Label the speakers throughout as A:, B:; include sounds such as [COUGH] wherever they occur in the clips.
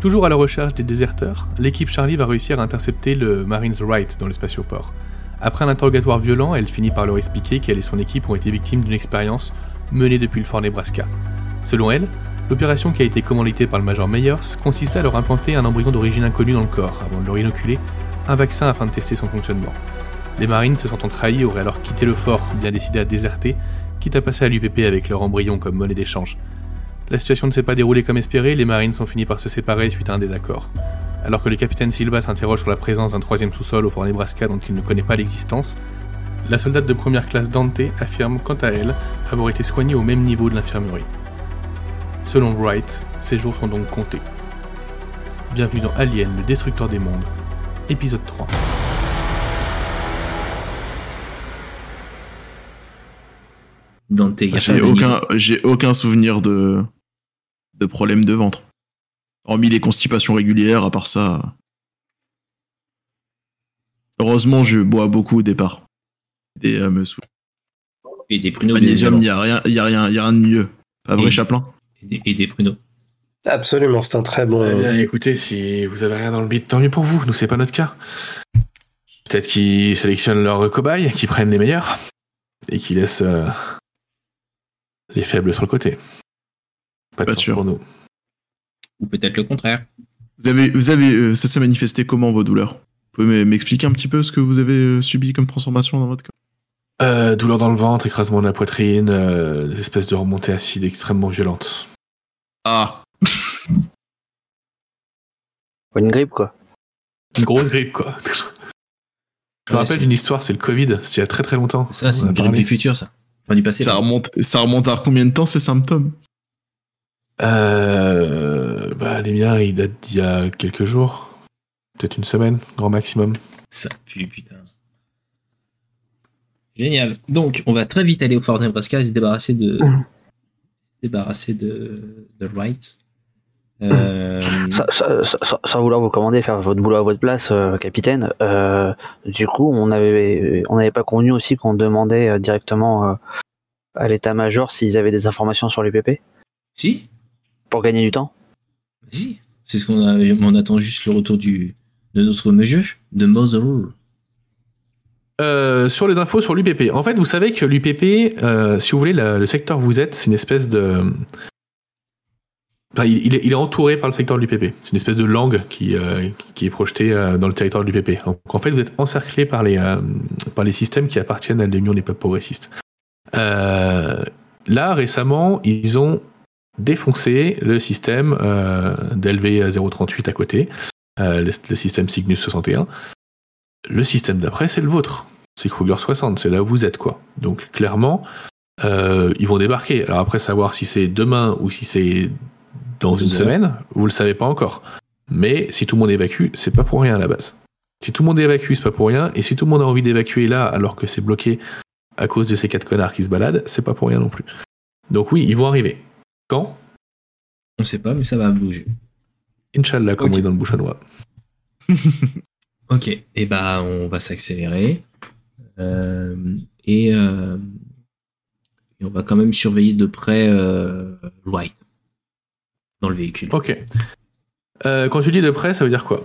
A: Toujours à la recherche des déserteurs, l'équipe Charlie va réussir à intercepter le Marines Wright dans le spatioport. Après un interrogatoire violent, elle finit par leur expliquer qu'elle et son équipe ont été victimes d'une expérience menée depuis le fort Nebraska. Selon elle, l'opération qui a été commanditée par le major Meyers consistait à leur implanter un embryon d'origine inconnue dans le corps, avant de leur inoculer un vaccin afin de tester son fonctionnement. Les marines se sentant trahis auraient alors quitté le fort, bien décidés à déserter, quitte à passer à l'UPP avec leur embryon comme monnaie d'échange. La situation ne s'est pas déroulée comme espéré, les marines sont finis par se séparer suite à un désaccord. Alors que le capitaine Silva s'interroge sur la présence d'un troisième sous-sol au fort Nebraska dont il ne connaît pas l'existence, la soldate de première classe Dante affirme quant à elle avoir été soignée au même niveau de l'infirmerie. Selon Wright, ses jours sont donc comptés. Bienvenue dans Alien, le destructeur des mondes, épisode 3.
B: Dante, y a
C: Bah, J'ai
B: pas de
C: aucun, j'ai aucun souvenir de, de problème de ventre. Hormis les constipations régulières, à part ça. Heureusement, je bois beaucoup au départ. Et euh, me sou-
B: Et des pruneaux.
C: Magnésium, il
B: bien
C: n'y a, rien- y a, rien- y a rien de mieux. Pas vrai,
B: Et-
C: Chaplin
B: évidemment. Et des, et des pruneaux.
D: Absolument, c'est un très bon.
A: Eh bien, écoutez, si vous avez rien dans le bide, tant mieux pour vous. Nous, c'est pas notre cas. Peut-être qu'ils sélectionnent leurs cobayes, qu'ils prennent les meilleurs, et qu'ils laissent euh, les faibles sur le côté. Pas de
C: Pas
A: chance
C: sûr.
A: pour nous.
B: Ou peut-être le contraire.
C: Vous avez, vous avez, euh, ça s'est manifesté comment vos douleurs Vous pouvez m'e- m'expliquer un petit peu ce que vous avez euh, subi comme transformation dans votre corps
A: Euh, douleur dans le ventre, écrasement de la poitrine, euh, des espèces de remontées acides extrêmement violentes.
C: Ah
E: Une grippe, quoi.
A: Une grosse grippe, quoi. Je me
B: Ouais,
A: rappelle
B: c'est-
A: d'une histoire, c'est le Covid, c'était il y a très très longtemps.
B: Ça, c'est
A: On a
B: une grippe
A: parlé.
B: du futur, ça. Enfin, du passé.
C: ça
B: pardon.
C: remonte, ça remonte à combien de temps ces symptômes
A: Euh, bah, les miens, ils datent d'il y a quelques jours. Peut-être une semaine, grand maximum.
B: Ça pue, putain. Génial. Donc, on va très vite aller au Fort Nebraska et se débarrasser de. se débarrasser de. de Wright. Euh,
E: Ça- ça- ça- ça- sans vouloir vous commander, faire votre boulot à votre place, euh, capitaine. euh, du coup, on avait, on n'avait pas convenu aussi qu'on demandait euh, directement euh, à l'état-major s'ils avaient des informations sur l'UPP
B: Si,
E: pour gagner du temps.
B: si. C'est ce qu'on a. On attend juste le retour du. de notre monsieur, de Mother.
A: Euh, sur les infos sur l'UPP. En fait, vous savez que l'UPP, euh, si vous voulez, la- le secteur où vous êtes, c'est une espèce de. Enfin, il, il est, il est entouré par le secteur de l'UPP. C'est une espèce de langue qui, euh, qui est projetée euh, dans le territoire de l'UPP. Donc, en fait, vous êtes encerclé par les, euh, par les systèmes qui appartiennent à l'Union des peuples progressistes. Euh, là, récemment, ils ont défoncé le système euh, d'LV038 à côté, euh, le- le système Cygnus 61 le système d'après, c'est le vôtre. C'est Kruger 60, c'est là où vous êtes, quoi. Donc, clairement, euh, ils vont débarquer. Alors, après, savoir si c'est demain ou si c'est dans une
B: Deux heures.
A: semaine, vous le savez pas encore. Mais si tout le monde évacue, c'est pas pour rien à la base. Si tout le monde évacue, c'est pas pour rien. Et si tout le monde a envie d'évacuer là, alors que c'est bloqué à cause de ces quatre connards qui se baladent, c'est pas pour rien non plus. Donc, oui, ils vont arriver. Quand
B: On sait pas, mais ça va bouger.
A: Inch'Allah, comme
B: Ok.
A: on est dans le bouchonnois.
B: Ok, et bah on va s'accélérer. Euh, et, euh, et on va quand même surveiller de près euh, Wright dans le véhicule.
A: Ok. Euh, quand tu dis de près, ça veut dire quoi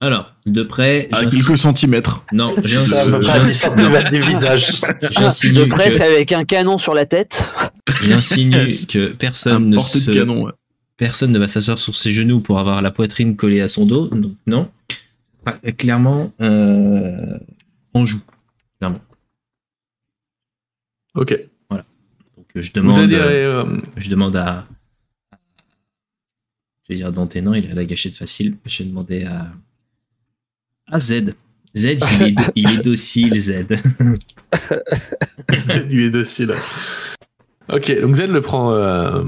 B: Alors, de près,
C: À
B: j'ins-
C: quelques centimètres.
B: non, j'ins-
D: Ça va pas
B: j'ins-
D: à 10 centimètres du visage.
B: j'insinue
E: De près, c'est
B: que-
E: avec un canon sur la tête.
B: j'insinue que personne
C: Un
B: ne
C: portée
B: se-
C: de
B: [LAUGHS]
C: canon, ouais.
B: personne ne va s'asseoir sur ses genoux pour avoir la poitrine collée à son dos. Donc non, Ah, clairement, euh, on joue.
A: Ok.
B: Donc je
A: Vous
B: demande.
A: allez.
B: euh,
A: euh, [LAUGHS]
B: Je demande à. Je vais dire Dante, non, il a la gâchette facile. Je vais demander à. À Z. Z, il est, il est docile, Z.
A: Zed, il est docile. Ok, donc Zed le prend, euh,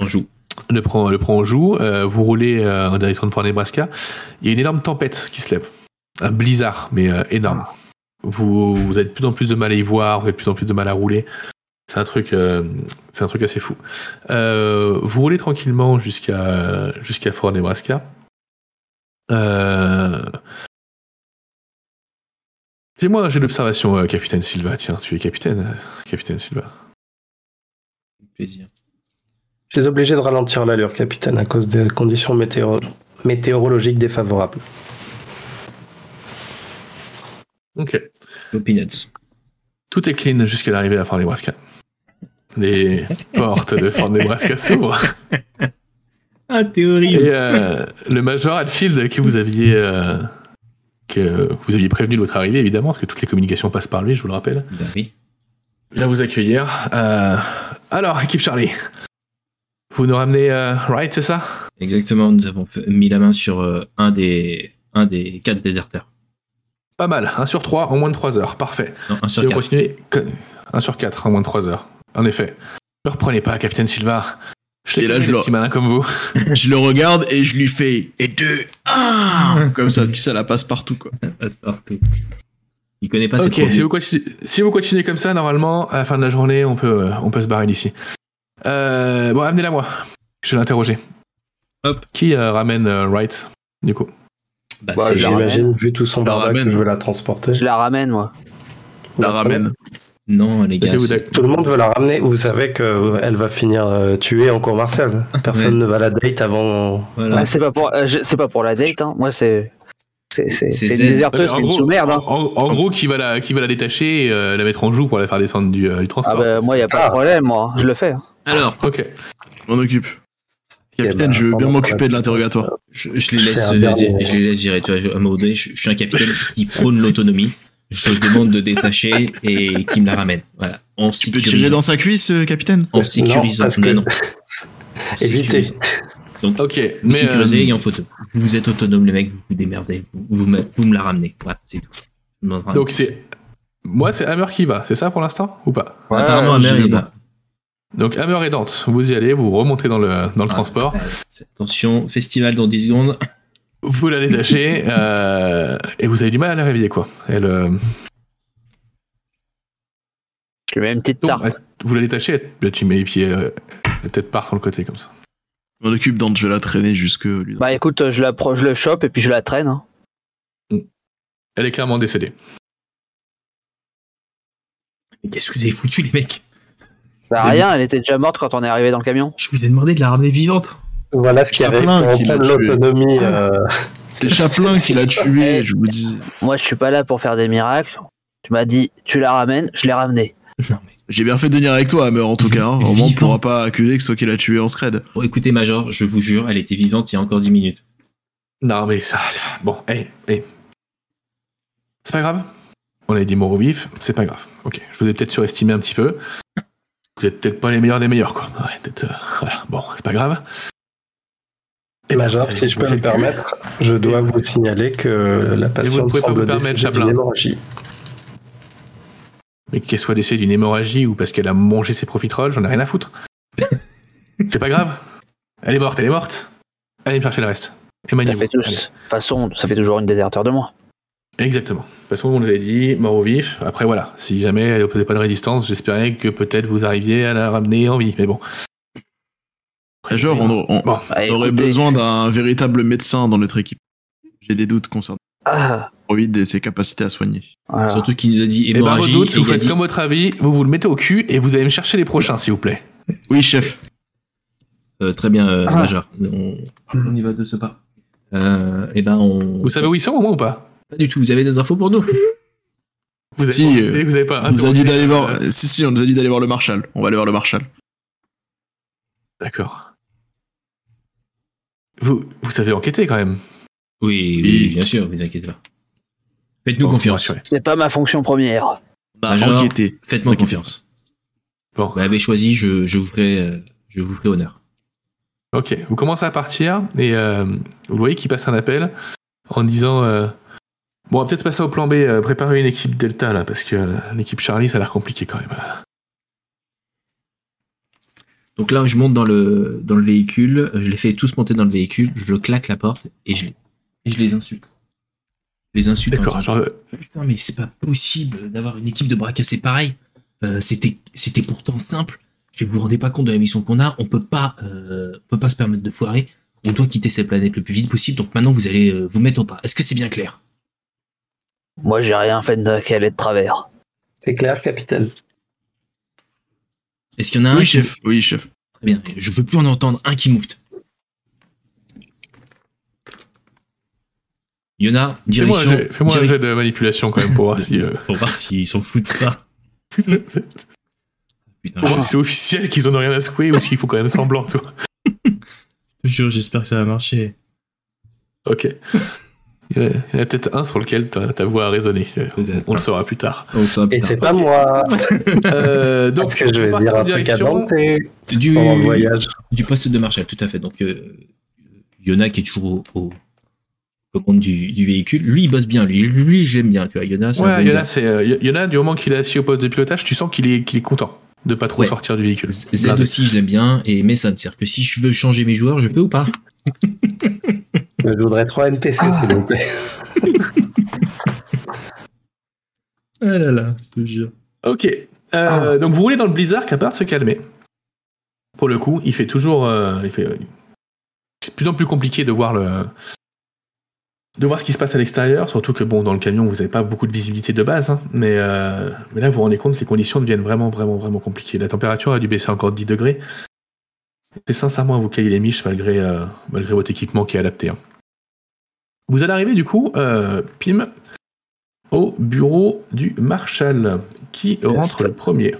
B: On joue.
A: le prend, le prend en joue. euh, vous roulez euh, en direction de Fort Nebraska. Il y a une énorme tempête qui se lève. Un blizzard, mais euh, énorme. Vous, vous avez de plus en plus de mal à y voir, vous avez de plus en plus de mal à rouler. C'est un truc, euh, c'est un truc assez fou. Euh, vous roulez tranquillement jusqu'à jusqu'à Fort Nebraska. Euh... Fais-moi un jet d'observation, euh, capitaine Silva. Tiens, tu es capitaine, euh, capitaine Silva.
B: Plaisir.
D: Je les obligeais de ralentir l'allure, capitaine, à cause des conditions météoro- météorologiques défavorables.
A: Ok.
B: Au Peanuts.
A: Tout est clean jusqu'à l'arrivée à la Fort Nebraska.
B: [LAUGHS]
A: Les portes de Fort Nebraska s'ouvrent.
B: Ah, t'es horrible.
A: Et euh, le Major Hatfield que vous aviez euh, que vous aviez prévenu de votre arrivée, évidemment, parce que toutes les communications passent par lui, je vous le rappelle,
B: Bah oui.
A: vient vous accueillir. Euh, alors, équipe Charlie, vous nous ramenez euh, Wright, c'est ça
B: Exactement, nous avons fait- mis la main sur euh, un, des, un des quatre déserteurs.
A: Pas mal, 1 sur 3 en moins de 3 heures, parfait.
B: Non, un sur
A: si vous
B: quatre.
A: continuez, 1 sur 4 en moins de 3 heures, en effet. Ne reprenez pas, Capitaine Silva. Je
C: Et
A: l'ai
C: là,
A: là,
C: je le-
A: petit malin comme vous.
C: Je le regarde et je lui fais et deux, un
E: [LAUGHS]
C: Ah, Comme ça, puis ça la passe partout, quoi.
B: Ah Passe-partout. Il connaît pas
A: ok,
B: ses produits.
A: si vous, continuez, si vous continuez comme ça, normalement, à la fin de la journée, on peut, euh, on peut se barrer d'ici. Euh, bon, amenez-la moi. Je vais l'interroger.
B: Hop.
A: Qui euh, ramène euh, Wright, du coup
B: Bah,
E: Bah,
B: c'est-
E: je la ramène.
D: J'imagine, vu tout son
C: La
D: bordel,
C: ramène.
D: que je veux la transporter.
E: Je la ramène, moi.
C: La ramène.
B: Non, les gars.
A: Mettez-vous
B: c'est-
A: d'accord.
D: Tout le monde veut la ramener. Vous savez qu'elle va finir euh, tuée en cours martiale. Personne ne va la date avant.
B: Voilà.
E: Ah, c'est pas pour, euh, je- c'est pas pour la date, hein. Moi, c'est, c'est, c'est,
B: C'est
E: c'est
B: zen.
E: une déserteuse,
A: En
E: c'est une
A: gros-
E: sous-merde,
A: En,
E: hein.
A: en- en gros, qui va la, qui va la détacher et euh, la mettre en joue pour la faire descendre du, euh, du
E: Ah
A: transport
E: bah, moi, y a pas de problème, moi. Je le fais. hein.
B: Alors,
A: Ok.
C: On occupe.
D: Eh
C: Capitaine,
D: ben,
C: je veux bien
D: pendant-
C: m'occuper de l'interrogatoire.
B: je, je les
D: Je
B: laisse,
D: fais un
B: euh,
D: dernier-
B: je les laisse gérer. Tu vois, je- à un moment donné, je, je suis un capitaine qui prône l'autonomie. Je demande de détacher et qui me la ramène. Voilà. En
C: Tu peux tirer
B: sécurisant.
C: dans sa cuisse, euh, capitaine
B: En sécurisant.
D: Non, parce
B: Non,
D: que-
A: [LAUGHS]
B: non. En
D: Évitez.
B: sécurisant.
A: Ok.
B: Vous
A: Mais,
B: sécurisez
A: euh,
B: et en photo. Vous êtes autonome, les mecs, vous vous démerdez. Vous, vous me, vous me la ramenez. Voilà, c'est tout. Je me ramène.
A: donc, c'est. Moi, c'est Hammer qui va, c'est ça pour l'instant Ou pas
B: Apparemment,
C: je
B: Amère,
C: vais
B: il
C: voir.
B: va.
A: Donc, Hammer et Dante, vous y allez, vous remontez dans le, dans le
B: Ah,
A: transport.
B: ouais, c'est- Attention, festival dans 10 secondes.
A: Vous la détachez euh, et vous avez du mal à la réveiller quoi. Elle, euh,
E: Je lui mets une petite
A: tombe.
E: tarte.
A: Elle- vous la détachez, elle- tu mets les pieds, euh, la tête part sur le côté comme ça.
C: On occupe Dante, je vais la traîner jusque lui.
E: Bah, écoute, je la, pro- je le chope et puis je la traîne, hein.
A: Elle est clairement décédée.
B: Mais qu'est-ce que vous avez foutu, les mecs
E: Bah,
B: T'as
E: rien, elle était déjà morte quand on est arrivé dans le camion.
B: Je vous ai demandé de la ramener vivante.
D: [LAUGHS] Voilà ce qui
C: Je la
D: arrive
C: plains
D: quand on
C: qu'il l'a
D: prend
C: tuée.
D: l'autonomie. euh,
C: C'est Chaplin qui l'a
E: [LAUGHS]
C: tué, je vous dis.
E: Moi, je suis pas là pour faire des miracles. Tu m'as dit, tu la ramènes, je l'ai ramenée.
B: Non, mais.
C: J'ai bien fait de venir avec toi, Hammer, en tout cas. hein. Vraiment, on pourra pas accuser que ce soit qui l'a tué en scred.
B: Bon, écoutez, Major, je vous jure, elle était vivante il y a encore 10 minutes.
A: Non mais ça, bon, hey, hey. c'est pas grave. On a dit mort au vif, c'est pas grave. Ok, je vous ai peut-être surestimé un petit peu. Vous êtes peut-être pas les meilleurs des meilleurs quoi. Ouais, peut-être, euh, voilà. Bon, c'est pas grave. Et
D: Major, si je peux me permettre, je dois vous signaler que la
A: vous ne
D: patiente
A: pouvez pas vous
D: semble
A: permettre,
D: décédée
A: Chaplin.
D: d'une hémorragie.
A: Mais qu'elle soit décédée d'une hémorragie ou parce qu'elle a mangé ses profiteroles, j'en ai rien à foutre. C'est pas grave. Elle est morte, elle est morte. Allez me chercher le reste. Et
E: Ça
A: maniez-vous.
E: fait tous, de toute façon, ça fait toujours une déserteur de moi.
A: Allez. Exactement. De toute façon, on l'avait dit, mort au vif. Après, voilà. Si jamais elle opposait pas de résistance, j'espérais que peut-être vous arriviez à la ramener en vie. Mais bon.
C: Major, on, on-
A: Bon,
E: Bah,
C: on aurait
E: écoutez,
C: besoin d'un véritable médecin dans notre équipe. J'ai des doutes concernant
E: ah,
C: Covid et ses capacités à soigner.
E: voilà.
B: Surtout qu'il nous a
A: et
B: dit
A: Ah. ben, vos
B: hémorragie.
A: doutes,
B: et
A: vous
B: il a
A: faites
B: dit-
A: comme votre avis, vous vous le mettez au cul et vous allez me chercher les prochains, s'il vous plaît.
C: Oui, chef.
B: Euh, très bien, euh,
E: Ah.
B: Major. On... on y va de ce pas. Euh, eh ben, on.
A: Vous savez où ils sont au moins ou pas
B: Pas du tout, vous avez des infos pour nous
A: vous avez,
C: Si,
A: pas-
C: euh,
A: vous avez
E: Ah,
A: pas
C: On nous a
A: interrogé,
C: dit d'aller voir.
A: euh,
C: Si, si, on nous a dit d'aller voir le Marshal. On va aller voir le Marshal.
A: D'accord. Vous, vous savez enquêter quand même.
B: Oui, oui, bien sûr, vous inquiétez pas. Faites-nous
A: Bon,
B: confiance.
A: rassurez.
E: C'est pas ma fonction première.
C: On a
B: Major.
C: enquêté.
B: Faites-moi
C: Inquiétez
B: confiance.
A: Bon.
B: Vous m'avez choisi, je, je vous ferai, euh, je vous ferai honneur.
A: Ok, vous commencez à partir et euh, vous voyez qu'il passe un appel en disant euh, Bon, on va peut-être passer au plan B, euh, préparer une équipe Delta là, parce que euh, l'équipe Charlie ça a l'air compliqué quand même.
B: Donc là, je monte dans le, dans le véhicule, je les fais tous monter dans le véhicule, je claque la porte et je, et je les insulte. Je les insulte. en
A: D'accord,
B: disant,
A: genre, euh,
B: Putain, mais c'est pas possible d'avoir une équipe de bras cassés pareil. Euh, C'était c'était pourtant simple. Je vous vous rendez pas compte de la mission qu'on a. On peut pas, euh, on peut pas se permettre de foirer. On doit quitter cette planète le plus vite possible. Donc maintenant, vous allez euh, vous mettre au pas. Est-ce que c'est bien clair
E: Moi, j'ai rien fait de- qu'elle est de travers.
D: C'est clair, capitaine.
B: Est-ce qu'il y en a un
C: Oui,
B: qui-
C: chef. Hein, Oui, chef.
B: Très bien. Je veux plus en entendre un qui moufte. Yona,
A: Fais-moi un
B: direction.
A: jet- fais-moi un
B: direc-
A: jet de manipulation quand même pour voir si. euh,
B: Pour voir s'ils s'en foutent
A: [LAUGHS]
B: pas.
A: c'est-
B: Putain,
A: pour
B: je
A: voir si c'est officiel qu'ils en ont rien à secouer ou s'il faut quand même semblant, tu vois.
F: Je te jure, j'espère que ça va marcher.
A: Ok. Il y en a, il y en a peut-être un sur lequel ta, ta voix a résonné. On le saura plus tard.
C: Donc ça,
D: Et
C: putain.
D: c'est pas moi
A: Euh, donc,
D: Parce que je
A: on
D: vais
A: part
D: dire
A: en
D: un truc à
A: direction-
D: Dante
B: suis- du,
D: pendant le voyage.
B: du poste de Marshall, tout à fait. Donc, euh, Yona qui est toujours au, au commande du, du véhicule, lui, il bosse bien. Lui, lui j'aime bien. Tu vois, Yona, c'est un bon
A: Ouais, il y en a,
B: gars.
A: c'est, euh, il y en a, du moment qu'il est assis au poste de pilotage, tu sens qu'il est, qu'il est content de pas trop
B: Ouais.
A: sortir du véhicule.
B: Z Z aussi, je l'aime bien. Et mais ça me sert que si je veux changer mes joueurs, je peux ou pas
D: Je voudrais 3 NPC,
E: Ah.
D: s'il vous plaît.
F: Ah là là, je te jure.
A: Ok.
B: Ah.
A: Euh, Donc vous roulez dans le blizzard qu'à part de se calmer. Pour le coup, il fait toujours, euh, il fait, c'est de plus en plus compliqué de voir le, de voir ce qui se passe à l'extérieur. Surtout que bon, dans le camion, vous n'avez pas beaucoup de visibilité de base. hein. mais euh, mais là, vous vous rendez compte que les conditions deviennent vraiment, vraiment, vraiment compliquées. La température a dû baisser encore de 10 degrés. C'est sincèrement à vous cailler les miches malgré euh, malgré votre équipement qui est adapté. hein. Vous allez arriver du coup, euh, pim, au bureau du Marshal qui rentre
E: ça-
A: le premier.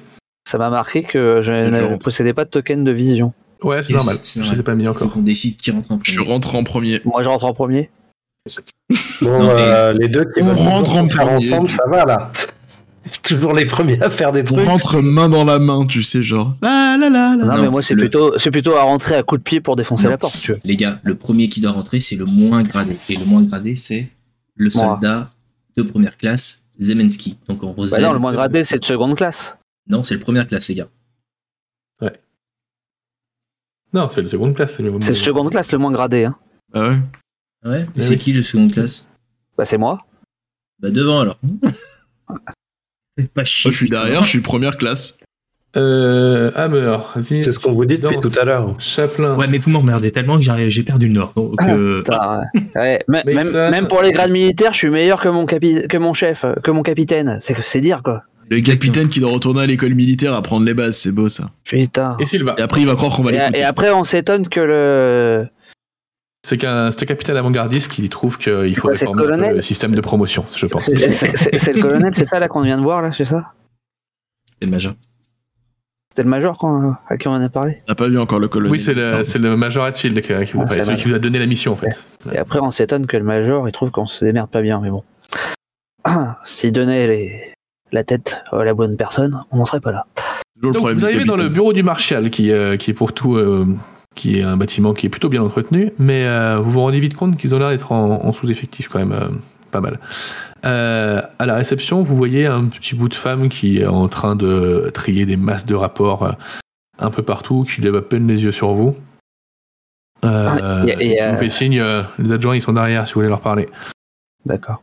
E: Ça m'a marqué que je
C: je
E: ne
C: rentre.
E: possédais pas de token de vision.
A: Ouais, c'est
B: Yes,
A: normal.
B: c'est
A: Je
B: normal.
A: les ai pas mis
B: Faut
A: encore.
B: qu'on décide qui rentre en premier.
C: Je rentre en premier.
E: Moi, je rentre en premier.
D: Bon,
B: Non, mais-
D: euh, les deux qui
C: On
D: veulent
C: rentre
D: toujours
C: en
D: faire
C: premier.
D: ensemble, ça va là. C'est toujours les premiers à faire des
C: On
D: trucs.
C: rentre main dans la main, tu sais, genre. La la la la.
E: Non,
B: non,
E: mais moi, c'est
B: le-
E: plutôt, c'est plutôt à rentrer à coups de pied pour défoncer
B: Non.
E: la porte. tu vois.
B: Les gars, le premier qui doit rentrer, c'est le moins gradé. Et le moins gradé, c'est le soldat de première classe, Zemensky. Donc en rose.
E: Bah non, le moins gradé, c'est de seconde classe.
B: Non, c'est le première classe, les gars.
A: Non, c'est la seconde place. le-
E: C'est de seconde classe le moins gradé. Hein.
C: Ah ouais.
B: Ah ouais Et
A: Ah
B: c'est
A: oui.
B: qui le seconde classe
E: Bah, c'est moi.
B: Bah devant alors. C'est pas chier.
C: Moi, je suis
B: putain.
C: derrière, je suis première classe.
A: Euh, Hammer, Zin,
D: C'est ce qu'on vous dit depuis
A: Dante,
D: tout à l'heure.
A: Chaplin.
F: Ouais, mais vous m'emmerdez tellement que j'arrive- j'ai perdu le nord. Donc, euh,
E: Putain, ouais. Ouais, même-
A: Mason.
E: même, même pour les grades militaires, je suis meilleur que mon, capi- que mon chef, euh, que mon capitaine. C'est c'est dire quoi.
C: Le capitaine qui doit retourner à l'école militaire apprendre les bases, c'est beau ça.
E: Putain.
A: Et Silva.
C: Et après, il va croire qu'on va
E: Et,
C: l'écouter.
E: et après, on s'étonne que le.
A: C'est qu'un c'est un capitaine avant-gardiste qui trouve qu'il faut
E: quoi, c'est le
A: réformer un peu
E: colonel
A: le système de promotion, je pense.
E: C'est c'est- c'est- c'est le colonel, c'est ça là qu'on vient de voir là, c'est ça
B: C'est le major.
E: C'était le major qu'on- à qui on en a parlé.
C: On n'a pas vu encore le colonel.
A: Oui, c'est le, c'est le Major Hatfield qui, qui vous
E: Ah,
A: parle,
E: ça
A: celui
E: va.
A: qui vous a donné la mission en fait.
E: Et après, on s'étonne que le major, il trouve qu'on se démerde pas bien, mais bon. [CLEARS THROAT] Ah, S'il donnait les- la tête à la bonne personne, on n'en serait pas là.
C: Toujours le
A: Donc
C: problème
A: vous
C: du
A: arrivez dans le
C: capitaine.
A: bureau du Marshal qui, euh, qui est pour tout, euh, qui est un bâtiment qui est plutôt bien entretenu, mais euh, vous vous rendez vite compte qu'ils ont l'air d'être en, en sous-effectif quand même, euh, pas mal. Euh, à la réception, vous voyez un petit bout de femme qui est en train de trier des masses de rapports euh, un peu partout, qui lève à peine les yeux sur vous. Euh,
E: Ah, et- et,
A: et qui vous
E: euh,
A: fait signe, euh, les adjoints ils sont derrière si vous voulez leur parler.
E: D'accord.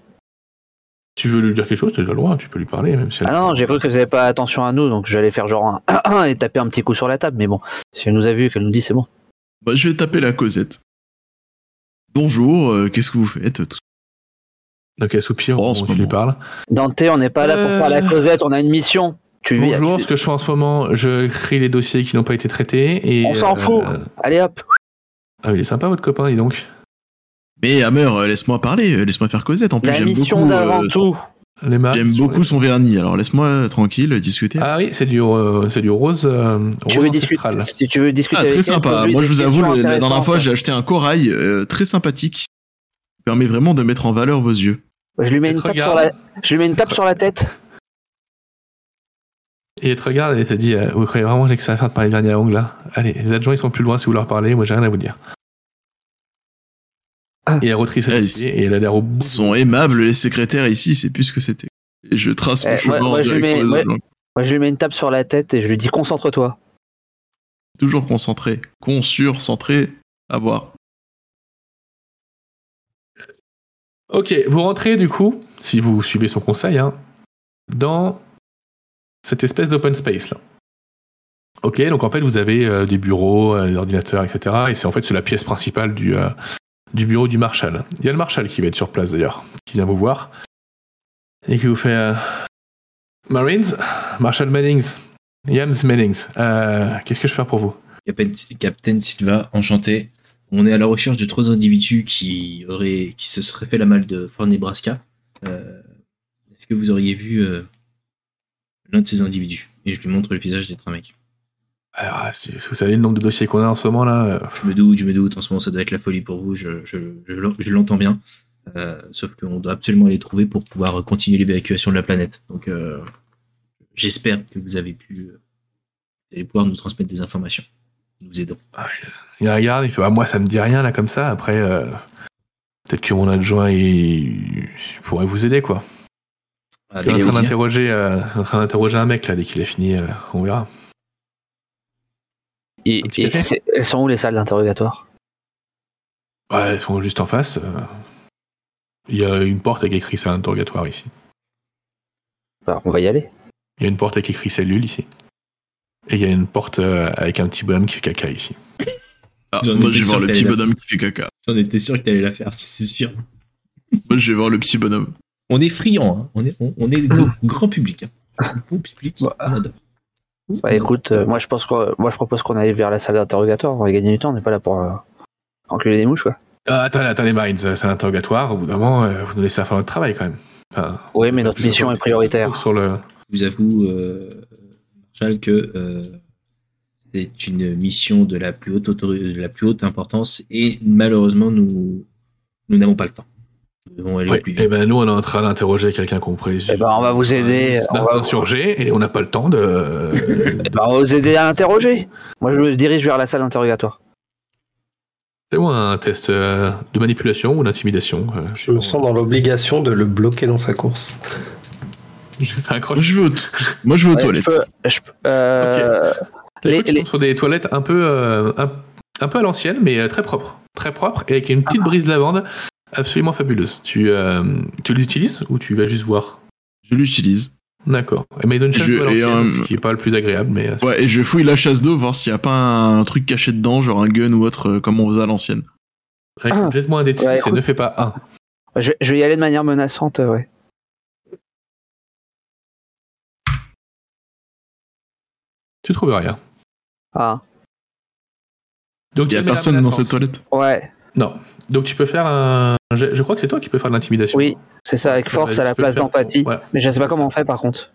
A: Tu veux lui dire quelque chose, tu as le droit, tu peux lui parler même si elle-
E: Ah non, non, j'ai cru que vous n'avez pas attention à nous, donc j'allais faire genre un [CLEARS THROAT] et taper un petit coup sur la table, mais bon, si elle nous a vu, qu'elle nous dit c'est bon.
C: Bah, je vais taper la Cosette. Bonjour, euh, qu'est-ce que vous faites tout-
A: Donc elle soupire,
C: Oh, en
A: bon,
C: ce
A: tu lui
C: moment.
A: parles.
E: Dante, on n'est pas là pour
A: Euh.
E: faire la causette, on a une mission. Tu vis-
A: Bonjour,
E: tu-
A: ce que je fais en ce moment, je crie les dossiers qui n'ont pas été traités et. euh,
E: On s'en fout. Allez hop.
A: Ah, il est shampa votre copain, dis donc.
C: Mais Hammer, euh, laisse-moi parler, euh, laisse-moi faire Cosette. En plus,
E: La
C: j'aime
E: mission
C: beaucoup,
E: d'avant
C: euh,
E: tout.
A: Les marques
C: j'aime
A: sur
C: beaucoup
A: les-
C: son vernis. Alors laisse-moi euh, tranquille euh, discuter.
A: Ah oui, c'est du, euh, c'est du rose, euh,
E: Tu
A: rose
E: veux discuter
A: ancestral.
E: Si tu veux discuter
C: Ah,
E: avec
C: très
E: elle,
C: sympa.
E: pose-lui
C: Moi,
E: des
C: je vous avoue,
E: questions
C: le- la dernière fois,
E: intéressantes.
C: j'ai acheté un corail euh, très sympathique. qui permet vraiment de mettre en valeur vos yeux.
E: je lui mets
A: Elle
E: une
A: te
E: tape sur
A: regarde.
E: la, je lui mets une tape sur la tête.
A: Et elle te regarde et te dit euh, Vous croyez vraiment que j'ai que ça à faire de parler de vernis à ongles là Allez, les adjoints ils sont plus loin si vous leur parlez, moi j'ai rien à vous dire.
E: Ah.
A: Et elle retrie sa
C: Elle-
A: dossier et elle a l'air au bout.
C: Ils sont aimables, les secrétaires ici, c'est plus ce que c'était. Et je trace mon
E: Eh, moi-
C: chemin en
E: moi, je lui
C: direction
E: mets-
C: des
E: ouais.
C: agents.
E: Moi, je lui mets une tape sur la tête et je lui dis concentre-toi.
C: Toujours concentré. Con, sur, centré, à voir.
A: Ok, vous rentrez du coup, si vous suivez son conseil, hein, dans cette espèce d'open space là. Ok, donc en fait vous avez euh, des bureaux, euh, des ordinateurs, etc. Et c'est en fait c'est la pièce principale du, euh, du bureau du Marshal. Il y a le Marshal qui va être sur place d'ailleurs, qui vient vous voir et qui vous fait euh, Marines, Marshal Mannings, Yams Mannings. euh, Qu'est-ce que je peux faire pour vous
B: Captain, Captain Silva, enchanté. On est à la recherche de trois individus qui auraient, qui se seraient fait la malle de Fort Nebraska. Euh, Est-ce que vous auriez vu euh, l'un de ces individus Et je lui montre le visage des trois mecs.
A: Alors, si vous savez le nombre de dossiers qu'on a en ce moment là, euh,
B: Je me doute, je me doute. En ce moment, ça doit être la folie pour vous. Je, je, je l'en- je l'entends bien. Euh, sauf qu'on doit absolument les trouver pour pouvoir continuer l'évacuation de la planète. Donc, euh, j'espère que vous avez pu, euh, vous allez pouvoir nous transmettre des informations. Nous aidons.
A: il regarde, il fait bah, moi ça me dit rien là comme ça. Après, euh, peut-être que mon adjoint il... il pourrait vous aider quoi. Je suis
B: Avec
A: en train
B: plaisir.
A: d'interroger, euh, en train d'interroger un mec là dès qu'il a fini, euh, on verra.
E: Et-
A: Un petit
E: et
A: café
E: c'est- elles sont où les salles d'interrogatoire
A: Ouais, ils sont juste en face. euh. Il y a une porte avec écrit salle interrogatoire ici.
E: Bah, On va y aller.
A: Il y a une porte avec écrit cellule ici. Et il y a une porte euh, avec un petit bonhomme qui fait caca ici.
C: Ah,
B: J'en
C: moi
B: étais
C: je vais
B: sûr
C: voir
B: que
C: le
B: t'allais
C: petit
B: la-
C: bonhomme qui fait caca.
B: J'en étais sûr que t'allais la faire, [LAUGHS] c'est sûr.
C: Moi je vais voir le petit bonhomme.
B: On est friand, hein. on est, on, on est gr- grand public. hein. Bon public,
E: Bah.
B: on adore.
E: Bah écoute, euh, moi je pense que moi je propose qu'on aille vers la salle d'interrogatoire, on va gagner du temps, on n'est pas là pour euh, enculer des mouches quoi.
A: Ah, attendez, attendez, Marines, euh, c'est un interrogatoire. Au bout d'un moment, euh, vous nous laissez faire notre travail quand même. Enfin,
E: Oui, mais notre mission est prioritaire.
A: Sur le...
B: Je vous avoue, euh, Marshall, que euh, c'est une mission de la plus haute, autori- de la plus haute importance et malheureusement, nous nous n'avons pas le temps. Nous devons aller au
A: Oui,
B: plus vite.
A: et ben nous, on est en train d'interroger quelqu'un qu'on présume.
E: Eh ben, on va vous aider,
A: d'un
E: on va-
A: insurgé et on n'a pas le temps de.
C: [LAUGHS]
E: Eh ben, on va vous aider à interroger. Moi je me dirige vers la salle d'interrogatoire.
A: C'est moi un test euh, de manipulation ou d'intimidation. euh,
D: Je me sens dans l'obligation de le bloquer dans sa course.
A: J'ai fait un croche.
C: Moi je vais aux,
E: [LAUGHS]
C: t- moi, je vais aux
E: Ouais,
C: toilettes.
E: je peux- je peux- euh, Les-
A: Les,
E: les-
A: Sur des toilettes un peu, euh, un, un peu à l'ancienne, mais euh, très propre. Très propre et avec une petite brise lavande absolument fabuleuse. Tu, euh, tu l'utilises ou tu vas juste voir
C: Je l'utilise.
A: D'accord. Et Maiden
C: Je-
A: Chef,
C: et, euh,
A: qui est pas le plus agréable, mais. euh,
C: Ouais, et je fouille la chasse d'eau, voir s'il n'y a pas un truc caché dedans, genre un gun ou autre, euh, comme on faisait à l'ancienne.
A: ouais,
E: ah.
A: Jette-moi un des
E: Ouais,
A: et
E: écoute.
A: ne fais pas un.
E: Je, je vais y aller de manière menaçante, euh, ouais.
A: Tu trouves rien.
E: Ah
A: Donc
C: Il n'y
A: tu
C: a
A: mets la
C: personne dans
A: menaçante.
C: cette toilette.
E: ouais,
A: Non. Donc tu peux faire un. Je, je crois que c'est toi qui peux faire de l'intimidation.
E: oui, c'est ça, avec force
A: Bah,
E: à la
A: tu peux
E: place
A: le faire.
E: d'empathie.
A: Ouais.
E: Mais je sais
A: C'est
E: pas comment
A: ça.
E: on fait par contre.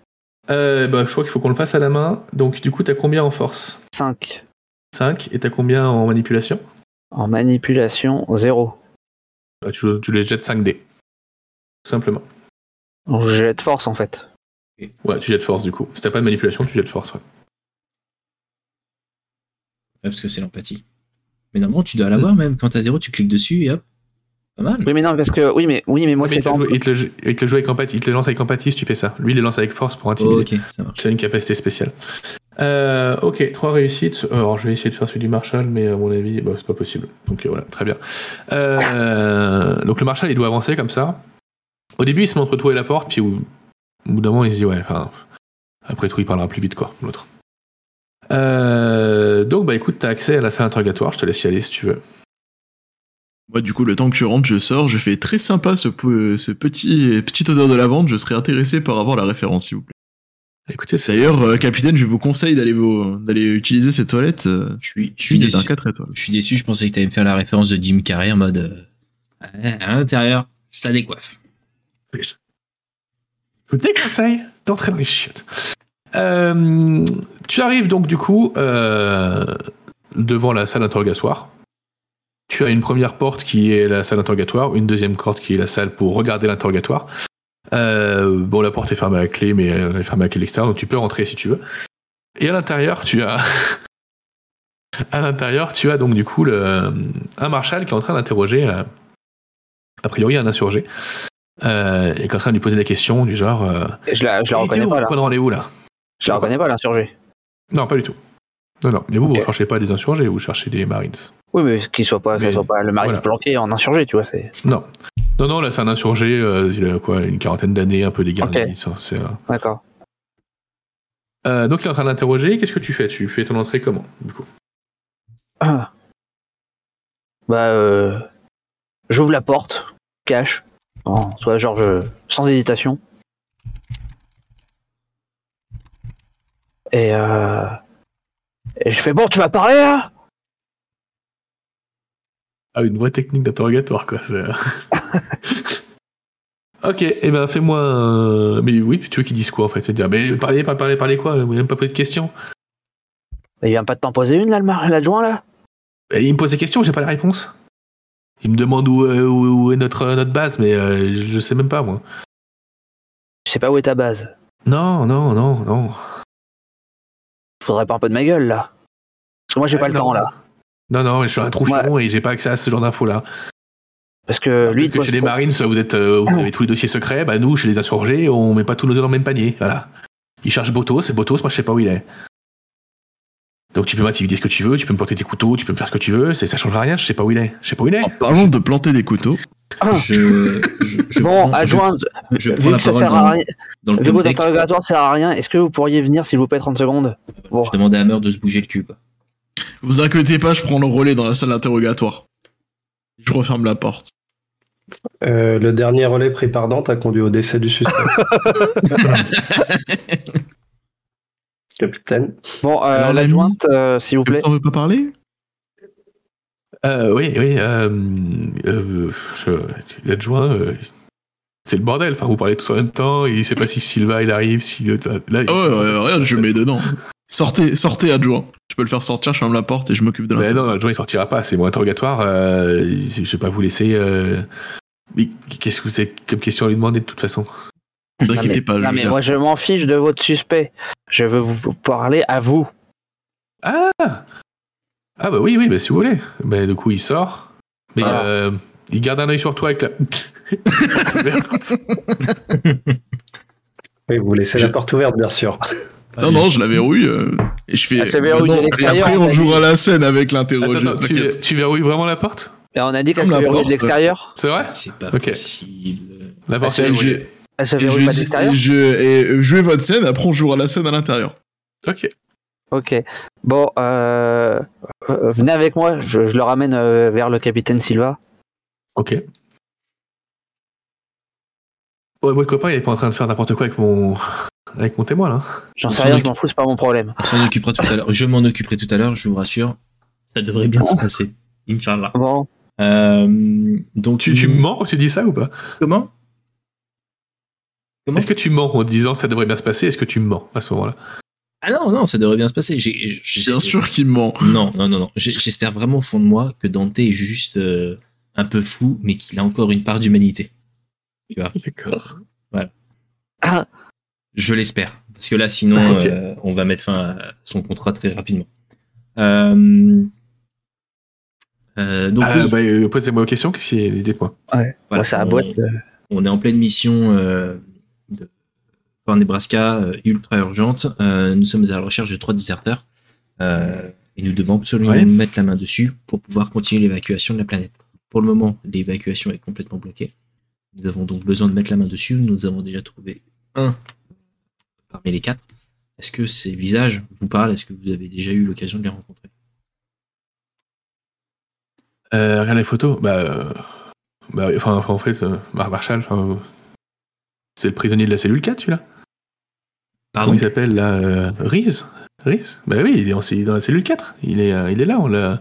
A: Euh, bah, je crois qu'il faut qu'on le fasse à la main. Donc du coup, t'as combien en force
E: 5
A: 5 et t'as combien en manipulation
E: en manipulation 0.
A: Bah, tu, tu les jettes 5 dés. Tout simplement.
E: Donc je jette force en fait.
A: Ouais, tu jettes force du coup. Si t'as pas de manipulation, tu jettes force. Ouais.
B: Ouais, parce que c'est l'empathie. Mais normalement, tu dois l'avoir même. Quand t'as zéro, tu cliques dessus et hop. Pas mal.
E: Oui mais non parce que oui mais oui mais moi
A: Mais
E: c'est
A: il, te
E: pas
A: le
E: en-
A: joue- il te le joue- il te le joue avec empathie, il te le lance avec empathie si tu fais ça. Lui, il le lance avec force pour intimider.
B: Oh, ok, ça marche.
A: C'est une capacité spéciale. Euh, ok, trois réussites. Alors, je vais essayer de faire celui du Marshall, mais à mon avis, bah, c'est pas possible. Donc euh, voilà, très bien. Euh, donc le Marshall, il doit avancer comme ça. Au début, il se met entre toi et la porte, puis au, au bout d'un moment, il se dit, ouais, enfin, après tout, il parlera plus vite, quoi, l'autre. Euh, donc, bah écoute, t'as accès à la salle interrogatoire, je te laisse y aller si tu veux.
C: Moi, du coup, le temps que tu rentres, je sors, je fais très sympa ce, peu- ce petit petite odeur de lavande. Je serais intéressé par avoir la référence, s'il vous plaît.
A: Écoutez, c'est
C: D'ailleurs, euh, capitaine, je vous conseille d'aller vous- d'aller utiliser ces toilettes. euh,
B: Je suis, je suis
C: C'est un
B: déçu.
C: 4 étoiles.
B: Je suis déçu. Je pensais que t'allais me faire la référence de Jim Carrey en mode euh, à à l'intérieur, ça décoiffe.
A: Je vous déconseille d'entrer dans les chiottes. Euh, tu arrives donc du coup euh, devant la salle d'interrogatoire. Tu as une première porte qui est la salle d'interrogatoire, une deuxième porte qui est la salle pour regarder l'interrogatoire. Euh, bon, la porte est fermée à clé, mais elle est fermée à clé de l'extérieur, donc tu peux rentrer si tu veux. Et à l'intérieur, tu as [LAUGHS] à l'intérieur, tu as donc du coup le, un marshal qui est en train d'interroger euh, a priori un insurgé euh, et qui est en train de lui poser des questions du genre. euh,
E: je la je la
A: et
E: reconnais
A: t'es où,
E: pas là.
A: Point de rendez-vous là.
E: Je la reconnais pas l'insurgé.
A: Non, pas du tout. Non, non. Mais vous, vous
E: Ok.
A: cherchez pas des insurgés, vous cherchez des marines.
E: Oui mais qu'il soit pas
A: Mais-
E: ça soit pas le mari
A: voilà.
E: planqué en insurgé, tu vois, c'est
A: Non. Non, non, là, c'est un insurgé, euh, il a quoi, une quarantaine d'années, un peu dégarni.
E: Ok.
A: ça, c'est, euh.
E: d'accord. [CLEARS THROAT]
A: Euh, donc, il est en train d'interroger. Qu'est-ce que tu fais Tu fais ton entrée comment, du coup
E: Ah. Bah, euh, j'ouvre la porte, cache. En soit genre je- sans hésitation. Et euh, Et je fais bon, tu vas parler là
A: Ah, une vraie technique d'interrogatoire, quoi. c'est- euh. [LAUGHS] ok, et ben fais-moi un... Mais oui, tu veux qu'ils disent quoi, en fait Ils vont dire, mais parlez, parlez, parlez, parlez quoi Vous n'avez même pas posé de questions
E: Il vient pas de t'en poser une là, le mar- l'adjoint là
A: Et il Eh, me pose des questions, j'ai pas la réponse. Il me demande où, euh, où- où est notre, euh, notre base, mais euh, je sais même pas, moi.
E: Je sais pas où est ta base.
A: Non, non, non, non.
E: Faudrait pas un peu de ma gueule là. Parce que moi j'ai
A: Euh,
E: pas le
A: non.
E: temps là.
A: Non, non, je suis un trou
E: Ouais.
A: firon et j'ai pas accès à ce genre d'infos là.
E: Parce que lui. il
A: que
E: pose-
A: chez les Marines, vous, êtes, euh, vous avez tous les dossiers secrets, bah nous, chez les insurgés, on met pas tous nos œufs dans le même panier. Voilà. Ils cherchent Botos, et Botos, moi je sais pas où il est. Donc tu peux m'intimider ce que tu veux, tu peux me planter tes couteaux, tu peux me faire ce que tu veux, c'est- ça changera rien, je sais pas où il est. Je sais pas où il est.
C: En parlant de planter des couteaux,
E: Ah.
B: Je, je, je
E: Bon,
B: prends-
E: adjoint,
B: je
E: vu
B: prends la
E: que ça
B: parole
E: sert à
B: dans-
E: rien,
B: je- dans le
E: vu que votre
B: contexte,
E: interrogatoire sert à rien, est-ce que vous pourriez venir s'il vous plaît 30 secondes Bon,
B: je demandais à Hammer de se bouger le cul. Quoi.
C: vous inquiétez pas, je prends le relais dans la salle d'interrogatoire. Je referme la porte.
D: Euh, le dernier relais pris par Dante a conduit au décès du suspect. Capitaine.
E: bon euh,
C: Alors,
E: l'adjointe, euh, s'il vous
C: Tu
E: plaît.
C: ne veut pas parler
E: Ah,
A: Euh, oui, oui, euh, euh, je- l'adjoint, euh, c'est le bordel, enfin vous parlez tous en même temps, il sait pas si Silva il arrive, si le- là, il-
C: Ah ouais, ouais, regarde, je mets dedans. Sortez, sortez, adjoint. Je peux le faire sortir, je ferme la porte et je m'occupe de
A: Mais
C: l'intérieur.
A: non, l'adjoint il sortira pas, c'est mon interrogatoire, euh, je vais pas vous laisser. euh, mais Qu'est-ce que vous avez comme question à lui demander de toute façon
C: Ne vous inquiétez pas.
E: Non
C: je
E: mais
C: gère.
E: moi je m'en fiche de votre suspect. Je veux vous parler à vous.
A: Ah Ah bah oui, oui, bah si vous voulez. Mais du coup, il sort. Mais
D: Ah.
A: euh, il garde un œil sur toi avec la...
D: Oui, vous laissez la porte ouverte, bien sûr.
C: Non, non, je la verrouille euh, et je fais.
E: Ah, c'est verrouillé
C: non,
E: de
C: et
E: l'extérieur,
C: après,
E: on
C: on
E: a
C: jouera la scène avec
A: Attends,
C: l'interrogé.
A: attends, tu,
C: t'inquiète.
A: tu verrouilles vraiment la porte
E: Et on a dit qu'elle
C: Comme
E: se
C: la
E: verrouille de
C: porte.
E: l'extérieur.
A: C'est vrai
B: C'est pas
A: Ok.
B: possible.
A: La porte
E: Ah,
A: est
E: c'est-
A: verrouillée.
C: j'ai-
E: Elle se
C: Et je,
E: verrouille pas de
C: dis-
E: l'extérieur
C: et je, et, euh, jouez votre scène, après on jouera la scène à l'intérieur.
A: Ok.
E: Ok. Bon, euh, euh, venez avec moi, je, je le ramène euh, vers le capitaine Silva.
A: Ok. Ouais, votre copain, il est pas en train de faire n'importe quoi avec mon... avec mon témoin, là.
E: J'en sais
B: Sans
E: rien, je
B: doute.
E: m'en fous, c'est pas mon problème.
B: On s'en occupera tout à l'heure. Je m'en occuperai tout à l'heure, je vous rassure. Ça devrait bien se passer. Inch'Allah.
E: Bon,
B: Euh, donc,
A: Tu, tu mens quand tu dis ça ou pas
B: comment Comment
A: Est-ce que tu mens en disant ça devrait bien se passer Est-ce que tu mens à ce moment-là
B: Ah non, non, ça devrait bien se passer. J'ai, j'ai-
C: Bien sûr qu'il ment.
B: Non, non, non, non. J'ai- J'espère vraiment au fond de moi que Dante est juste euh, un peu fou, mais qu'il a encore une part d'humanité.
A: D'accord.
B: Je l'espère. Parce que là, sinon,
A: Ok.
B: euh, on va mettre fin à son contrat très rapidement. Euh, euh, donc, oui,
A: bah, euh, Posez-moi vos questions, qu'est-ce qui est- dites-moi.
B: voilà,
E: moi, c'est la
B: on-
E: boîte. euh,
B: On est en pleine mission euh, de Fort Nebraska, euh, ultra urgente. Euh, nous sommes à la recherche de trois déserteurs euh, et nous devons absolument
A: Ouais.
B: mettre la main dessus pour pouvoir continuer l'évacuation de la planète. Pour le moment, l'évacuation est complètement bloquée. Nous avons donc besoin de mettre la main dessus. Nous avons déjà trouvé un parmi les quatre. Est-ce que ces visages vous parlent Est-ce que vous avez déjà eu l'occasion de les rencontrer
A: Euh, regarde les photos. Bah, euh, bah, enfin, enfin, en fait, euh, Mar- Marshall, enfin, euh, c'est le prisonnier de la cellule 4, celui-là.
B: Pardon
A: Comment il s'appelle là euh, Reese Reese Bah oui, il est, en- il est dans la cellule 4. Il est, euh, il est là. On l'a.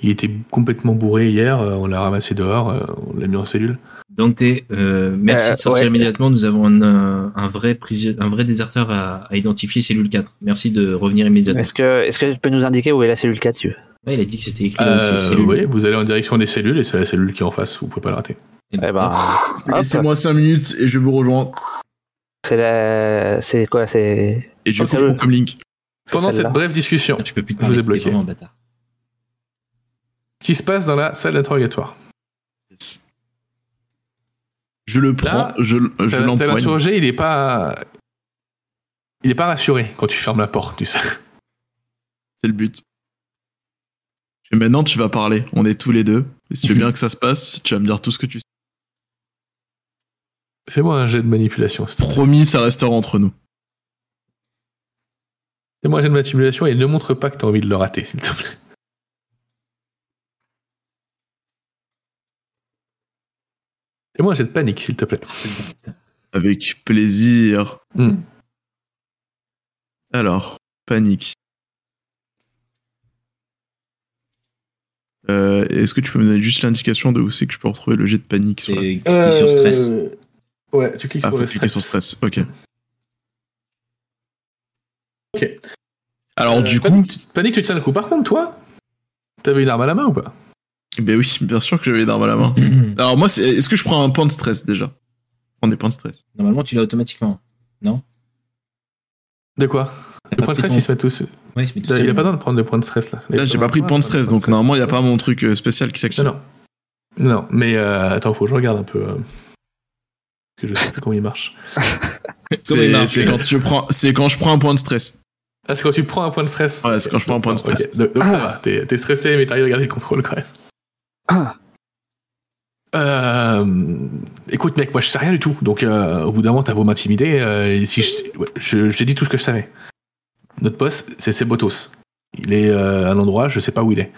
A: Il était complètement bourré hier. euh, on l'a ramassé dehors. euh, on l'a mis en cellule.
B: Dante, euh, merci
E: Euh,
B: de sortir
E: ouais.
B: immédiatement. Nous avons un, euh, un vrai, prisonnier- un vrai déserteur à, à identifier, cellule 4. Merci de revenir immédiatement.
E: Est-ce que, est-ce que tu peux nous indiquer où est la cellule 4 tu
B: Ouais, il a dit que c'était écrit dans
A: Euh,
B: cette cellule.
A: oui, vous allez en direction des cellules et c'est la cellule qui est en face. Vous pouvez pas la rater.
B: Eh ben,
E: Eh ben, hop,
C: Laissez-moi 5 minutes et je vous rejoins.
E: c'est la, c'est quoi, c'est.
C: Et je
E: Oh,
C: comprends
E: sérieux
C: comme Link.
E: c'est
A: Pendant cette
E: celle-là.
A: brève discussion,
B: je Ah, peux plus te
A: Je vous ai
B: parler.
A: bloqué.
B: t'es vraiment un bâtard.
A: ce qui se passe dans la salle d'interrogatoire
C: Je le prends,
A: Là,
C: je, je
A: T'as- T'as
C: l'empoigne.
A: l'insurgé, il est pas. Il est pas rassuré quand tu fermes la porte, tu sais.
C: C'est le but. Et maintenant, tu vas parler. On est tous les deux.
A: [LAUGHS]
C: Et si tu veux bien que ça se passe, tu vas me dire tout ce que tu sais.
A: Fais-moi un jet de manipulation. s'il te plaît.
C: Promis, ça restera entre nous.
A: Fais-moi un jet de manipulation et ne montre pas que t'as envie de le rater, s'il te plaît. Fais-moi un jet de panique, s'il te plaît.
C: Avec plaisir.
A: Hmm.
C: Alors, panique. Euh, Est-ce que tu peux me donner juste l'indication de où c'est que je peux retrouver le jet de panique sur la-
B: C'est cliquer sur stress.
A: Euh, Ouais, tu cliques
C: Ah,
A: sur
C: faut
A: le
C: cliquer
A: stress.
C: sur stress. Ok.
A: Ok.
C: Alors
A: Euh,
C: du coup,
A: panique, tu- panique, tu tiens le coup. Par contre, toi, t'avais une arme à la main ou pas
C: ben oui, bien sûr que j'avais une arme à la main.
E: euh,
C: Alors moi, c'est- est-ce que je prends un point de stress déjà Je prends des points de stress.
B: [CLEARS THROAT] Normalement, tu l'as automatiquement.
A: De quoi
B: T'as
A: Les
B: pas
A: points de
B: pris
A: stress,
B: ton-
A: ils se mettent tous.
B: Ouais, il se met tout
A: Il
B: seul.
A: a pas besoin de prendre de points de stress là. Il a
C: Là, j'ai pas pris de
A: besoin
C: points de stress, donc
A: prendre
C: normalement, il y a pas mon truc euh, spécial qui s'active.
A: Non, non. Non, mais euh, attends, faut que je regarde un peu. euh, que je sais plus comment il marche.
B: Comment il
C: C'est
B: marche
C: c'est quand je prends, c'est quand je prends un point de stress.
A: Ah, c'est quand tu prends un point de stress.
C: Ouais, c'est Ah, quand je prends un point de stress.
A: Ok, Donc, donc ça
C: Ah.
A: va, t'es t'es stressé, mais t'arrives à garder le contrôle quand même.
E: Ah.
A: Euh, écoute, mec, moi je sais rien du tout. Donc, euh, au bout d'un moment, t'as beau m'intimider. euh, et si je ouais, je- je t'ai dit tout ce que je savais. Notre poste, c'est Sebotos. Il est euh, à un endroit, je sais pas où il est.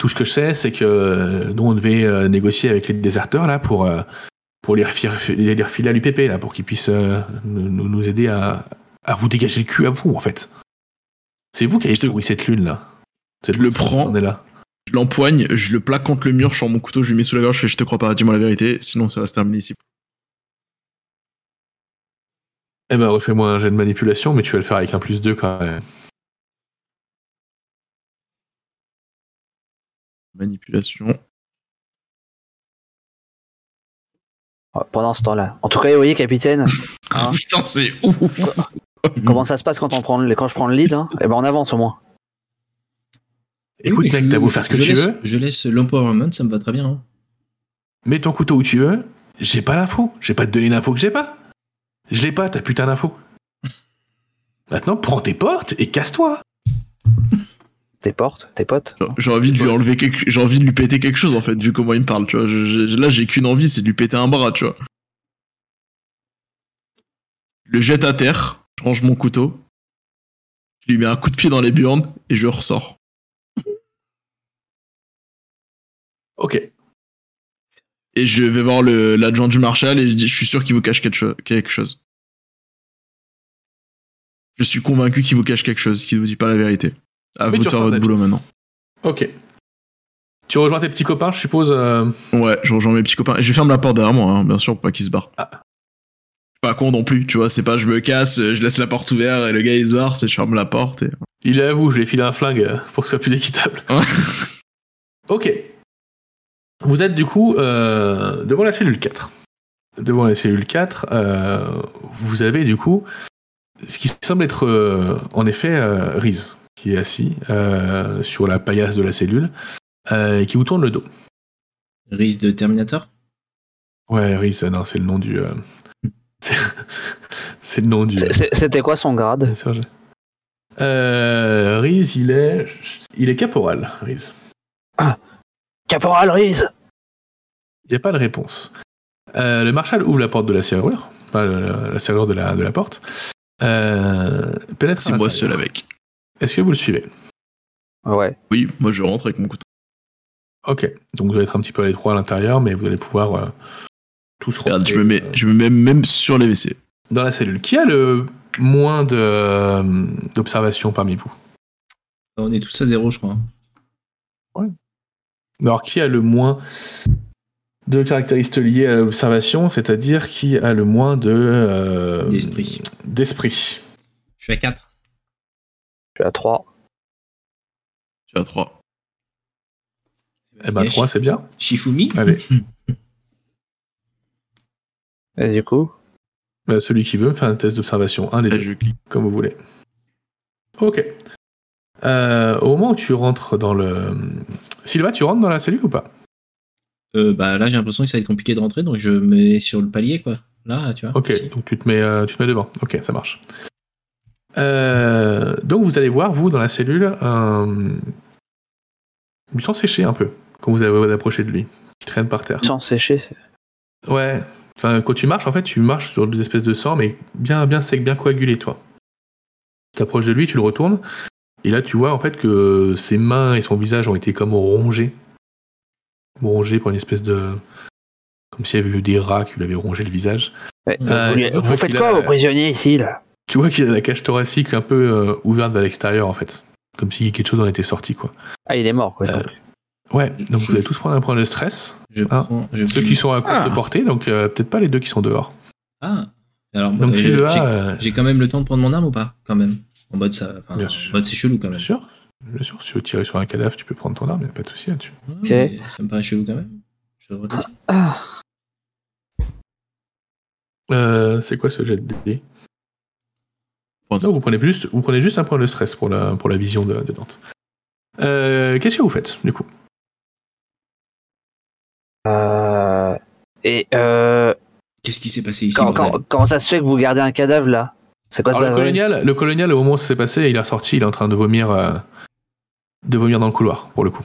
A: Tout ce que je sais, c'est que euh, nous, on devait euh, négocier avec les déserteurs là pour, euh, pour les, refi- les les refiler à l'UPP là, pour qu'ils puissent euh, nous, nous- nous aider à, à vous dégager le cul à vous en fait. C'est vous qui avez
C: Je te-
A: trouvé cette lune là. C'est
C: Je le
A: vous qui
C: prends.
A: en est là.
C: Je l'empoigne, je le plaque contre le mur, je sors mon couteau, je lui mets sous la gorge, je fais je te crois pas, dis-moi la vérité, sinon ça va se terminer ici.
A: Eh ben, refais-moi un jet de manipulation, mais tu vas le faire avec un plus 2 quand même.
C: Manipulation.
E: Ouais, Oh, Pendant ce temps-là. En tout cas, vous voyez, capitaine,
A: Hmm.
E: Ah.
C: [LAUGHS] Putain, c'est ouf.
E: comment ça se passe quand, on prend le- quand je prends le lead hein Eh ben, on avance au moins.
A: Écoute,
B: Oui, mais
A: mec,
B: je-
A: t'as beau faire ce que
B: je
A: tu
B: laisse-
A: veux,
B: Je laisse l'empowerment, ça me va très bien. hein.
A: mets ton couteau où tu veux, j'ai pas l'info. J'ai pas te donner l'info que j'ai pas. Je l'ai pas, ta putain [LAUGHS] d'info. Maintenant, prends tes portes et casse-toi.
E: Tes portes, tes potes.
C: J'ai- J'ai envie de lui enlever quelque... j'ai envie de lui péter quelque chose en fait, vu comment il me parle, tu vois. Je- je- là, j'ai qu'une envie, c'est de lui péter un bras, tu vois. Je le jette à terre, je range mon couteau, je lui mets un coup de pied dans les burnes et je ressors.
A: Ok.
C: Et je vais voir le- l'adjoint du marshal et je dis, je suis sûr qu'il vous cache quelque, cho- quelque chose. Je suis convaincu qu'il vous cache quelque chose, qu'il ne vous dit pas la vérité. À
A: Oui,
C: vous
A: tu
C: de faire
A: ressors de la
C: votre boulot
A: pièce.
C: maintenant.
A: Ok. Tu rejoins tes petits copains, je suppose. euh,
C: Ouais, je rejoins mes petits copains. Et je ferme la porte derrière moi, hein, bien sûr, pour pas qu'ils se barrent.
A: Ah.
C: Je suis Pas con non plus, tu vois, c'est pas je me casse, euh, je laisse la porte ouverte et le gars il se barre, c'est je ferme la porte et...
A: Il est à vous, je lui ai filé un flingue euh, pour que ce soit plus équitable.
C: Ouais.
A: ok. Vous êtes du coup euh, devant la cellule 4. Devant la cellule 4, euh, vous avez du coup ce qui semble être euh, en effet euh, Reese, qui est assis euh, sur la paillasse de la cellule euh, et qui vous tourne le dos.
B: Risque de Terminator
A: Ouais, Reese, euh, non, c'est le nom du. euh, [LAUGHS] c'est- c'est le nom du.
E: C'est- c'est- C'était quoi son grade
A: Bien sûr, j'ai- Euh, Reese, il est, il est caporal, Reese.
E: Caporal Reese
A: Il n'y a pas de réponse. Euh, le marshal ouvre la porte de la serrure, enfin, le- la serrure de la, de la porte. Euh, pénètre à
C: C'est moi
A: l'intérieur.
C: seul avec.
A: Est-ce que vous le suivez
E: Ouais.
C: Oui, moi je rentre avec mon couteau.
A: Ok, donc vous allez être un petit peu à l'étroit à l'intérieur, mais vous allez pouvoir euh, tous rentrer
C: Regarde, je me mets,
A: euh,
C: je me mets même sur les WC.
A: dans la cellule. Qui a le moins de, euh, d'observations parmi vous
B: On est tous à zéro, je crois. hein.
A: Mais Alors, qui a le moins de caractéristiques liées à l'observation, c'est-à-dire qui a le moins de... euh,
B: D'esprit.
A: D'esprit.
B: Je suis à 4.
E: Je suis à 3.
C: Tu as trois.
A: Eh ben, 3, c'est bien.
B: Shifumi
A: Allez.
C: [LAUGHS]
E: Et du coup
A: Euh, celui qui veut me faire un test d'observation, un des
C: Là
A: deux,
C: je clique.
A: comme vous voulez. Ok. Euh, au moment où tu rentres dans le... Sylvain, tu rentres dans la cellule ou pas
B: Euh, Bah là, j'ai l'impression que ça va être compliqué de rentrer, donc je me mets sur le palier, quoi. Là, tu vois.
A: Ok,
B: ici.
A: donc tu te mets, euh, tu te mets devant. Ok, ça marche. Euh, donc vous allez voir, vous, dans la cellule, un... du sang séché un peu, quand vous avez approché de lui, qui traîne par terre.
E: Sans sécher. c'est-
A: Ouais. Enfin, quand tu marches, en fait, tu marches sur des espèces de sang, mais bien, bien sec, bien coagulé, toi. Tu t'approches de lui, tu le retournes, et là, tu vois, en fait, que ses mains et son visage ont été comme rongés. Rongés par une espèce de... Comme s'il y avait eu des rats qui lui avaient rongé le visage.
E: Ouais.
A: Euh,
E: Vous-
A: je
E: vous
A: vois
E: faites
A: qu'il
E: quoi,
A: a-
E: vos prisonniers, ici, là
A: Tu vois qu'il a la cage thoracique un peu euh, ouverte vers l'extérieur, en fait. Comme si quelque chose en était sorti, quoi.
E: Ah, il est mort, quoi.
A: Euh, Ouais, donc
B: Je-
A: vous allez tous prendre un point de stress.
B: Je
A: Ah.
B: prends. Je
A: Ceux qui sont à courte
C: Ah.
A: portée, donc euh, peut-être pas les deux qui sont dehors.
B: Ah. Alors,
A: Donc
B: euh,
A: si le
B: j'ai-
A: A, euh,
B: j'ai quand même le temps de prendre mon arme ou pas Quand même. En mode, ça, enfin,
A: Bien
B: en
A: sûr.
B: mode c'est chelou quand
A: bien
B: même.
A: sûr, bien sûr, si tu veux tirer sur un cadavre, tu peux prendre ton arme, y a pas de souci là-dessus.
B: Ok. Ah, Ça me paraît chelou quand même. Je devrais le dire.
E: Ah,
A: Euh, c'est quoi ce jet de dés
C: Point de-
A: Non, vous prenez juste, vous prenez juste un point de stress pour la, pour la vision de, de Dante. Euh, Qu'est-ce que vous faites du coup
E: euh, et euh,
B: Qu'est-ce qui s'est passé ici
E: quand-
B: bordel
E: quand- comment ça se fait que vous gardez un cadavre là C'est quoi ce
A: Alors, le
E: bordel
A: colonial, le colonial, au moment où ça s'est passé, il est ressorti, il est en train de vomir, euh, de vomir dans le couloir pour le coup.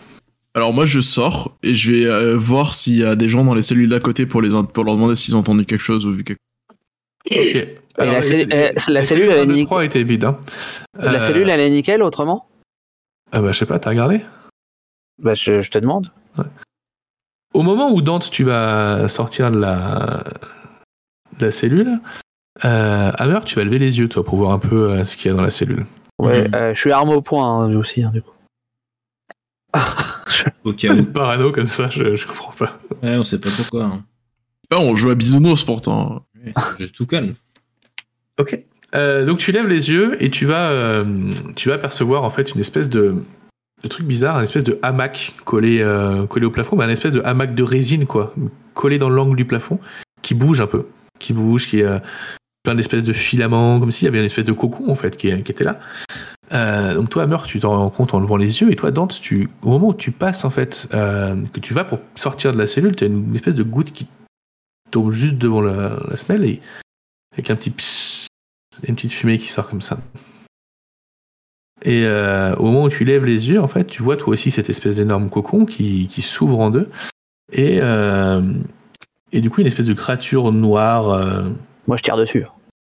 C: Alors moi je sors et je vais euh, voir s'il y a des gens dans les cellules d'à côté pour, les in- pour leur demander s'ils ont entendu quelque chose ou vu quelque
A: Ok. Alors,
E: la
A: les-
E: cellule-
A: les-
E: euh, la
A: les
E: cellule,
A: cellules
E: elle est
A: 1, 2,
E: nique-
A: 3 étaient vides. hein.
E: La
A: Euh,
E: cellule elle est nickel autrement
A: ah bah, je sais pas, t'as regardé
E: Bah je, je te demande.
A: Au moment où Dante, tu vas sortir de la, de la cellule, euh, Hammer, tu vas lever les yeux, toi, pour voir un peu euh, ce qu'il y a dans la cellule.
E: Ouais,
B: Mhm.
E: euh, je suis arme au point hein, aussi hein, du coup.
B: Au cas où.
A: Parano, comme ça, je, je comprends pas.
B: Ouais, on sait pas pourquoi. hein.
C: Ah, on joue à bisounours pourtant. Ah,
B: Ouais, c'est juste tout calme.
A: Ok. Euh, donc, tu lèves les yeux et tu vas, euh, tu vas percevoir, en fait, une espèce de, de truc bizarre, un espèce de hamac collé, euh, collé au plafond, mais un espèce de hamac de résine, quoi, collé dans l'angle du plafond, qui bouge un peu, qui bouge, qui est euh, plein d'espèces de filaments, comme s'il y avait une espèce de cocon, en fait, qui, qui était là. Euh, donc toi, Hammer, tu t'en rends compte en levant les yeux, et toi, Dante, tu, au moment où tu passes, en fait, euh, que tu vas pour sortir de la cellule, tu as une espèce de goutte qui tombe juste devant la, la semelle, et avec un petit psss, et une petite fumée qui sort comme ça. Et euh, au moment où tu lèves les yeux, en fait, tu vois toi aussi cette espèce d'énorme cocon qui, qui s'ouvre en deux. Et, euh, et du coup, une espèce de créature noire, euh, une
E: Moi je tire dessus. hein.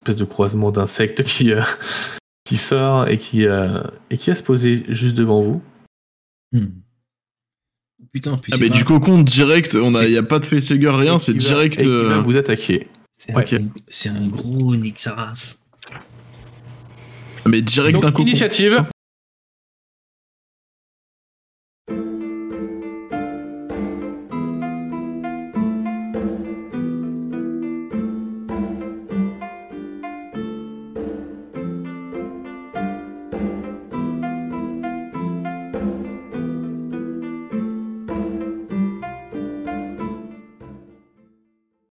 A: espèce de croisement d'insectes qui, euh, [LAUGHS] qui sort et qui, euh, et qui va se poser juste devant vous.
B: Hmm. Putain, puis
C: Ah
B: c'est
C: mais
B: pas-
C: du cocon direct, on a,
B: C'est-
C: y a pas de facehugger rien,
A: Et
C: c'est
A: qui va-
C: direct.
A: Et qui va
C: euh,
A: vous attaquer.
B: c'est un,
A: ouais.
B: c'est un gros Nixaras.
C: ah, mais direct d'un
A: Donc,
C: cocon.
A: initiative.